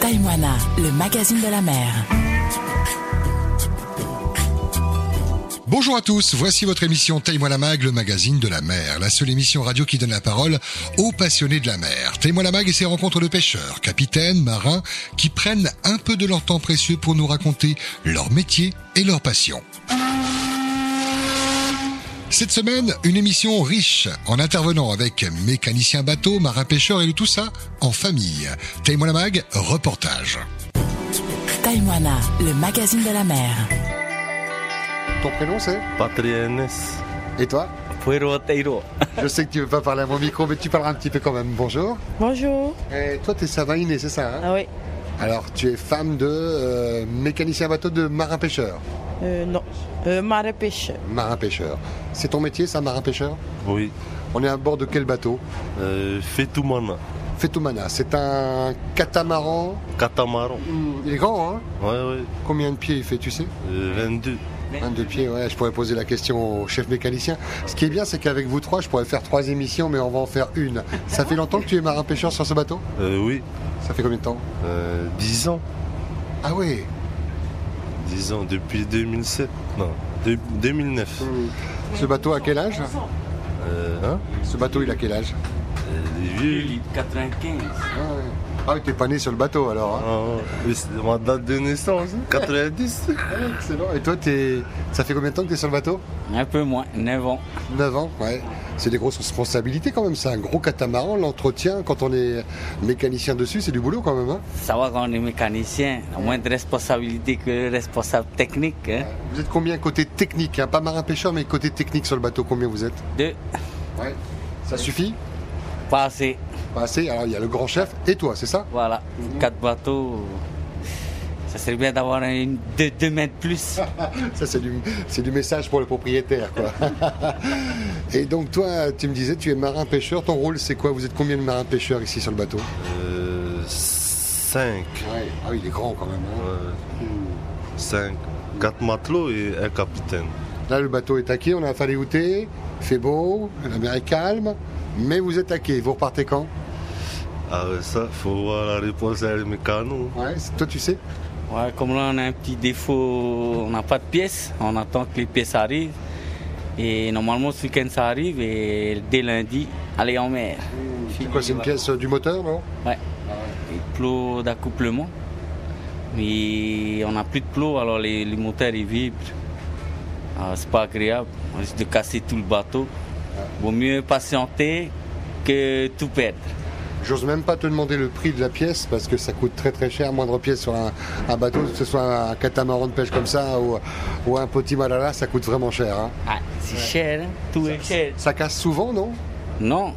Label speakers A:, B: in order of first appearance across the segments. A: Taïwana, le magazine de la mer.
B: Bonjour à tous, voici votre émission Taille-moi la mag, le magazine de la mer, la seule émission radio qui donne la parole aux passionnés de la mer. Taille-moi la mag et ses rencontres de pêcheurs, capitaines, marins, qui prennent un peu de leur temps précieux pour nous raconter leur métier et leur passion. Cette semaine, une émission riche en intervenants avec mécaniciens bateaux, marins pêcheurs et le tout ça en famille. Taille-moi la mag, reportage.
A: Taïwana, le magazine de la mer.
B: Ton prénom c'est
C: Patriones
B: Et toi
C: Puero Teiro.
B: Je sais que tu veux pas parler à mon micro, mais tu parleras un petit peu quand même. Bonjour.
D: Bonjour.
B: Et Eh, toi, t'es savaïné, c'est ça hein
D: Ah oui.
B: Alors, tu es femme de euh, mécanicien bateau de marin-pêcheur.
D: Euh, non. Euh, marais pêcheur.
B: Marin-pêcheur. C'est ton métier, ça, marin-pêcheur
C: Oui,
B: On est à bord de quel bateau
C: euh, Fetumana,
B: Fetumana. C'est un catamaran.
C: catamaran.
B: Hmm, Il est grand, hein
C: Ouais, ouais,
B: Combien de pieds il fait, tu sais
C: euh, 22.
B: 22 pieds, ouais. Je pourrais poser la question au chef mécanicien. Ce qui est bien, c'est qu'avec vous trois, je pourrais faire trois émissions, mais on va en faire une. Ça fait longtemps que tu es marin-pêcheur sur ce bateau
C: Euh, oui,
B: Ça fait combien de temps
C: euh, 10 ans.
B: Ah oui
C: 10 ans, depuis 2007. Non, de- 2009.
B: Ce bateau à quel âge
C: Euh, hein
B: Ce bateau, il a quel âge
C: Euh, Les vieux.
E: Lille, 95.
B: Ah, ouais. Ah oui, t'es pas né sur le bateau alors. hein.
C: Ah, mais c'est ma date de naissance, hein, 90.
B: Excellent. Et toi, t'es... ça fait combien de temps que tu es sur le bateau
E: Un peu moins, 9 ans.
B: 9 ans, ouais. C'est des grosses responsabilités quand même. C'est un gros catamaran, l'entretien. Quand on est mécanicien dessus, c'est du boulot quand même. hein.
E: Ça va quand on est mécanicien, on a moins de responsabilité que le responsable technique. hein.
B: Vous êtes combien côté technique hein Pas marin-pêcheur, mais côté technique sur le bateau, combien vous êtes
E: Deux,
B: Ouais. Ça suffit
E: pas assez.
B: Pas assez. Alors, il y a le grand chef et toi, c'est ça
E: Voilà, quatre bateaux. Ça serait bien d'avoir une de deux mains de plus.
B: Ça, c'est du, c'est du message pour le propriétaire, quoi. et donc, toi, tu me disais, tu es marin-pêcheur. Ton rôle, c'est quoi Vous êtes combien de marins-pêcheurs ici sur le bateau
C: Euh, 5.
B: ouais. Ah oui, il est grand quand même. hein.
C: 5. 4 matelots et un capitaine.
B: Là, le bateau est taqué, on a fallu outer, fait beau, la mer est calme, mais vous êtes taqué. Vous repartez quand
C: Ah, ouais, ça, faut voir la réponse à mes canaux.
B: Ouais, c'est- toi tu sais
E: Ouais, comme là on a un petit défaut, on n'a pas de pièces, on attend que les pièces arrivent. Et normalement ce week-end ça arrive et dès lundi, allez en mer.
B: C'est quoi, c'est une pièce euh, du moteur, non
E: Ouais. Et plot d'accouplement. Mais on n'a plus de plot, alors les, les moteurs ils vibrent. Ah, c'est pas agréable. On risque de casser tout le bateau. Vaut mieux patienter que tout perdre.
B: J'ose même pas te demander le prix de la pièce parce que ça coûte très très cher, moindre pièce sur un, un bateau, que ce soit un catamaran de pêche comme ça ou, ou un petit malala, ça coûte vraiment cher. hein.
E: Ah, c'est cher, hein. tout est cher.
B: Ça casse souvent, non
E: Non.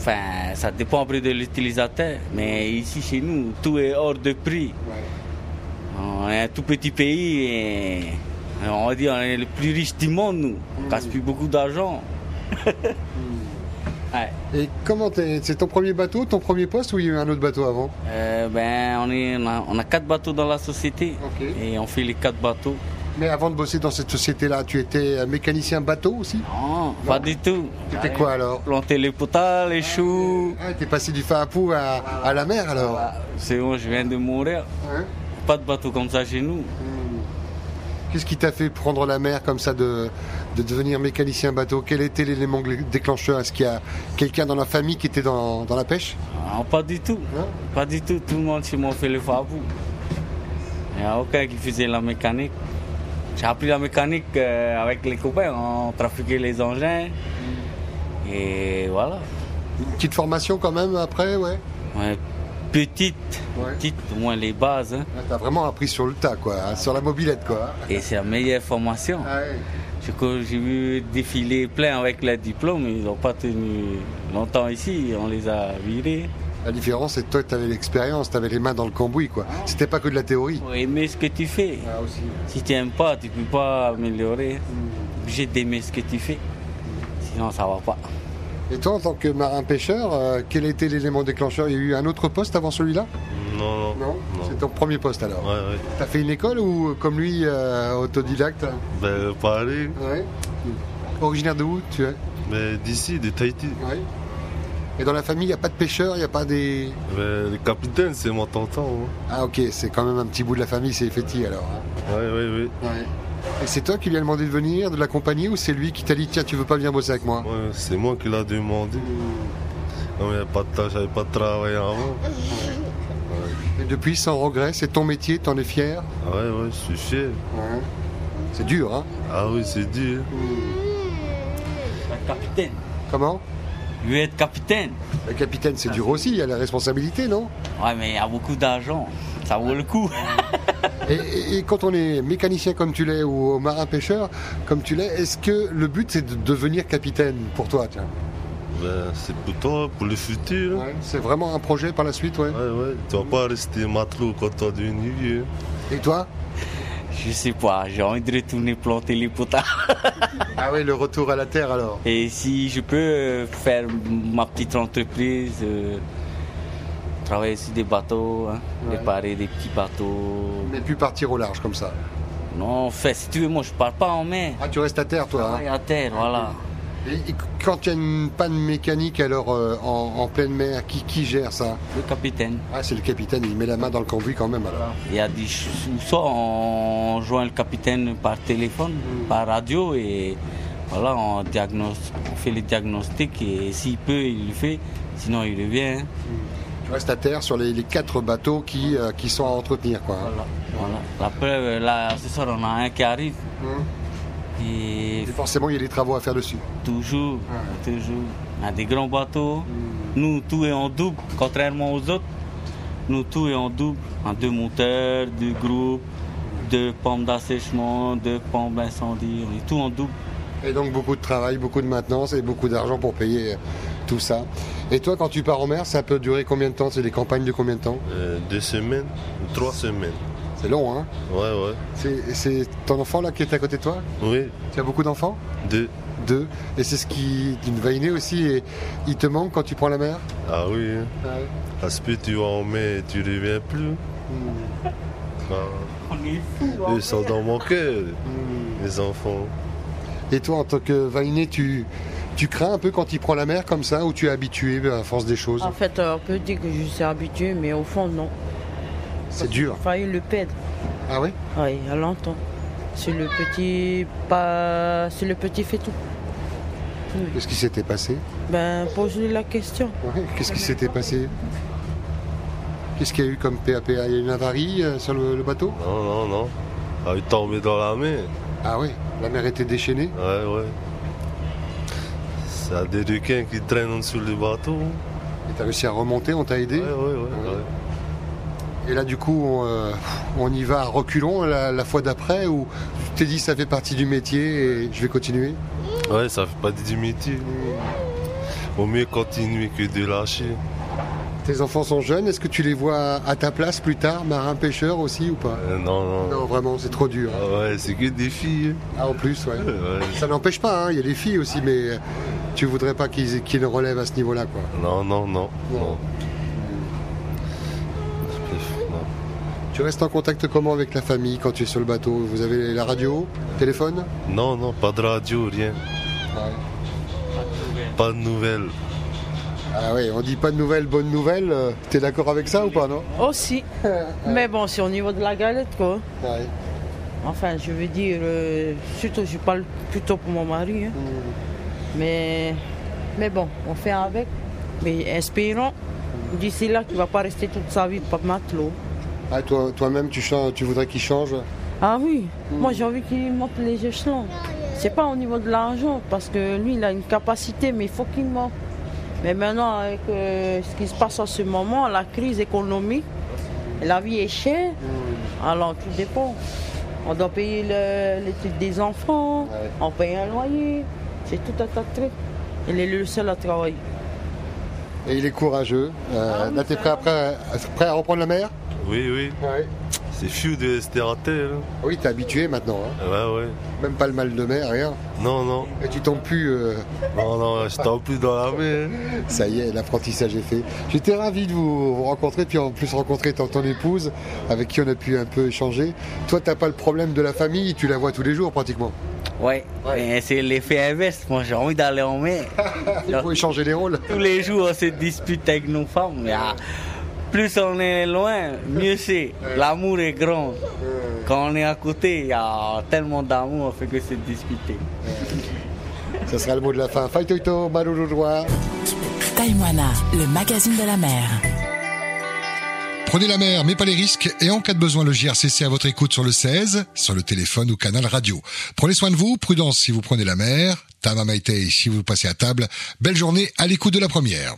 E: Enfin, ça dépend après de l'utilisateur. Mais ici chez nous, tout est hors de prix. On est un tout petit pays et on va dire on est le plus riche du monde, nous. On casse plus beaucoup d'argent. Ouais.
B: Et comment t'es- c'est ton premier bateau, ton premier poste ou il y a eu un autre bateau avant
E: Euh, ben, on, est, on, a, on a quatre bateaux dans la société
B: Ok.
E: et on fait les quatre bateaux.
B: Mais avant de bosser dans cette société-là, tu étais euh, mécanicien bateau aussi
E: Non, pas du tout.
B: T'étais Ah. quoi alors
E: Planter les potas, les choux.
B: Ah, t'es passé du Faapou à, à la mer alors
E: C'est bon, je viens de mourir.
B: Hein
E: Pas de bateau comme ça chez nous.
B: Qu'est-ce qui t'a fait prendre la mer comme ça de, de devenir mécanicien bateau Quel était l'élément glé- déclencheur Est-ce qu'il y a quelqu'un dans la famille qui était dans, dans la pêche
E: Non, Ah, pas du tout.
B: Non
E: Pas du tout. Tout le monde chez moi fait le fabou. Il n'y a aucun qui faisait la mécanique. J'ai appris la mécanique euh, avec les copains. On trafiquait les engins. Et voilà.
B: Une petite formation quand même après, ouais
E: Ouais, Petite,
B: Ouais.
E: petite, au moins les bases. hein.
B: Là, Ah, T'as vraiment appris sur le tas quoi, hein, sur la mobilette quoi.
E: Et c'est la meilleure formation.
B: Ah.
E: Je co- J'ai vu défiler plein avec le diplôme, ils n'ont pas tenu longtemps ici, on les a virés.
B: La différence c'est que toi t'avais l'expérience, t'avais les mains dans le cambouis quoi. C'était pas que de la théorie.
E: Faut aimer ce que tu fais.
B: aussi.
E: Si tu n'aimes pas, tu peux pas améliorer. Obligé d'aimer ce que tu fais. Sinon, ça va pas.
B: Et toi en tant que marin pêcheur, euh, quel était l'élément déclencheur Il y a eu un autre poste avant celui-là
C: Non, non. non.
B: C'est ton premier poste alors.
C: Ouais, ouais.
B: T'as fait une école ou euh, comme lui euh, autodidacte
C: Ben, Paris,
B: Ouais. Originaire de où tu es
C: mais d'ici, de Tahiti.
B: Ouais. Et dans la famille, il n'y a pas de pêcheurs, il n'y a pas des.
C: Ben, le capitaine, c'est mon tonton. hein.
B: Ah, ok, c'est quand même un petit bout de la famille, c'est Effetti alors. hein.
C: Ouais, ouais,
B: Et c'est toi qui lui as demandé de venir, de l'accompagner, ou c'est lui qui t'a dit tiens, tu veux pas venir bosser avec moi
C: ouais. Ouais, c'est moi qui l'a demandé. Non, mais il n'y a pas de temps, j'avais pas travaillé avant.
B: Et depuis, sans regret, c'est ton métier, t'en es fier
C: Ouais, ouais, je suis fier.
B: C'est dur, hein
C: Ah oui, c'est dur.
E: Le capitaine.
B: Comment
E: Lui être capitaine.
B: Le capitaine, c'est dur aussi, il y a la responsabilité, non
E: Ouais, mais il y a beaucoup d'argent. Ça vaut le coup.
B: et, et- et quand on est mécanicien comme tu l'es, ou marin-pêcheur comme tu l'es, est-ce que le but c'est de devenir capitaine pour toi tiens
C: Ben, c'est pour toi, pour le futur. hein.
B: C'est vraiment un projet par la suite, ouais.
C: Ouais, ouais, tu vas pas rester matelot quand tu as devenu vieux.
B: Et toi
E: Je sais pas, j'ai envie de retourner planter les potards.
B: Ah oui, le retour à la terre alors.
E: Et si je peux euh, faire ma petite entreprise, euh, travailler sur des bateaux, hein,
B: Ouais.
E: réparer des petits bateaux.
B: Mais plus partir au large comme ça.
E: Non, fais, si tu veux, moi je pars pas en mer.
B: Ah, tu restes à terre, toi. hein
E: Travaille à terre, voilà.
B: Et- et quand il y a une panne mécanique alors euh, en, en pleine mer, qui, qui gère ça
E: Le capitaine.
B: Ah, c'est le capitaine, il met la main dans le cambouis quand même alors.
E: Il y a des choses- ou soit on joint le capitaine par téléphone, par radio et voilà, on, diagnos- on fait le diagnostic et s'il peut, il le fait, sinon il revient. hein.
B: Tu restes à terre sur les, les quatre bateaux qui, euh, qui sont à entretenir, quoi. hein.
E: Voilà. Voilà. La preuve, là, ce soir, on a un qui arrive et
B: Et forcément, il y a des travaux à faire dessus.
E: toujours, toujours, on a des grands bateaux. Nous, tout est en double, contrairement aux autres. Nous, tout est en double, en deux moteurs, deux groupes, deux pompes d'assèchement, deux pompes d'incendie, on est tout en double.
B: Et donc beaucoup de travail, beaucoup de maintenance et beaucoup d'argent pour payer euh, tout ça. Et toi, quand tu pars en mer, ça peut durer combien de temps C'est des campagnes de combien de temps
C: Euh, deux semaines, ou trois semaines.
B: C'est long, hein
C: Ouais, ouais.
B: C'est c'est ton enfant là qui est à côté de toi
C: Oui,
B: Tu as beaucoup d'enfants
C: deux.
B: Deux. Et c'est ce qui d'une vainée aussi. Et il te manque quand tu prends la mer
C: Ah oui, hein. parce que tu vas en mer et tu reviens plus. Ah,
E: Hmm. On est hein.
C: ils sont dans mon cœur, les enfants.
B: Et toi, en tant que vainée, tu, tu crains un peu quand il prend la mer comme ça ou tu es habitué ben, à force des choses
D: En fait, euh, on peut dire que je suis habituée, mais au fond, non.
B: C'est dur.
D: Enfin, il le perdre.
B: Ah oui
D: Oui, il y a longtemps. C'est le petit. Pas... C'est le petit fait tout.
B: Qu'est-ce qui s'était passé
D: Ben, pose-lui la question.
B: Ouais, Qu'est-ce qui s'était passé Qu'est-ce qu'il y a eu comme PAPA Il y a eu une avarie euh, sur le- le bateau
C: Non, non, non. Ah, ils tombent dans la mer.
B: Ah oui, la mer était déchaînée.
C: Ouais, ouais. C'est des requins qui traînent sous le bateau.
B: Et t'as réussi à remonter, on t'a aidé.
C: Ouais, ouais, ouais. ouais.
B: Et là, du coup, on, euh, on y va à reculons la, la fois d'après où tu t'es dit ça fait partie du métier et je vais continuer.
C: Ouais, ça fait pas du métier.
E: Hmm.
C: Vaut mieux continuer que de lâcher.
B: Tes enfants sont jeunes, est-ce que tu les vois à ta place plus tard, marin-pêcheur aussi ou pas
C: Euh, non, non.
B: Non, vraiment, c'est trop dur.
C: Ah ouais, c'est que des filles.
B: Ah, en plus, ouais.
C: Ouais,
B: Ça n'empêche pas, hein, il y a les filles aussi, mais euh, tu voudrais pas qu'ils qu'ils relèvent à ce niveau-là, quoi.
C: non, non, non, non.
B: Tu restes en contact comment avec la famille quand tu es sur le bateau Vous avez la radio, téléphone
C: Non, non, pas de radio, rien. Pas de nouvelles.
B: Ah ouais, on dit pas de nouvelles, bonnes nouvelles. euh, T'es d'accord avec ça ou pas, non
D: Aussi. mais bon, c'est au niveau de la galette, quoi.
B: Ouais.
D: Enfin, je veux dire, euh, surtout, je parle plutôt pour mon mari. hein. Mm. Mais, mais bon, on fait avec. Mais espérons, d'ici là, qu'il ne va pas rester toute sa vie pas matelot.
B: Ah, toi, toi-même, tu, chan- tu voudrais qu'il change
D: Ah oui, moi j'ai envie qu'il monte les échelons. C'est pas au niveau de l'argent, parce que lui, il a une capacité, mais il faut qu'il monte. Mais maintenant, avec euh, ce qui se passe en ce moment, la crise économique, la vie est chère, alors tout dépend. On doit payer le- l'étude des enfants,
B: Ouais.
D: on paye un loyer, c'est tout un tas de trucs. Il est le seul à travailler.
B: Et il est courageux. Euh, là, t'es prêt, après, à- prêt à reprendre la mer
C: Oui, oui,
B: Ouais.
C: c'est fou de rester à terre. hein.
B: Ah Oui, t'es habitué maintenant. hein.
C: Ouais, ouais.
B: Même pas le mal de mer, rien.
C: Non, non,
B: Et tu tombes plus. euh,
C: non, non, je tombe plus dans la mer. hein.
B: Ça y est, l'apprentissage est fait. J'étais ravi de vous, vous rencontrer, puis en plus rencontrer ton, ton épouse, avec qui on a pu un peu échanger. Toi, t'as pas le problème de la famille, tu la vois tous les jours pratiquement.
E: Ouais, mais c'est l'effet inverse. Moi, j'ai envie d'aller en mer.
B: Il faut échanger les rôles.
E: Tous les jours, on se dispute avec nos femmes. mais, ah, plus on est loin, mieux c'est. L'amour est grand. Quand on est à côté, il y a tellement d'amour, on fait que c'est disputer.
B: Ce sera le mot de la fin. Faitoito, Marururua.
A: Taïwana, le magazine de la mer.
F: Prenez la mer, mais pas les risques, et en cas de besoin, le JRCC à votre écoute sur le 16, sur le téléphone ou canal radio. Prenez soin de vous, prudence si vous prenez la mer, Tamamaitei si vous passez à table. Belle journée à l'écoute de la première.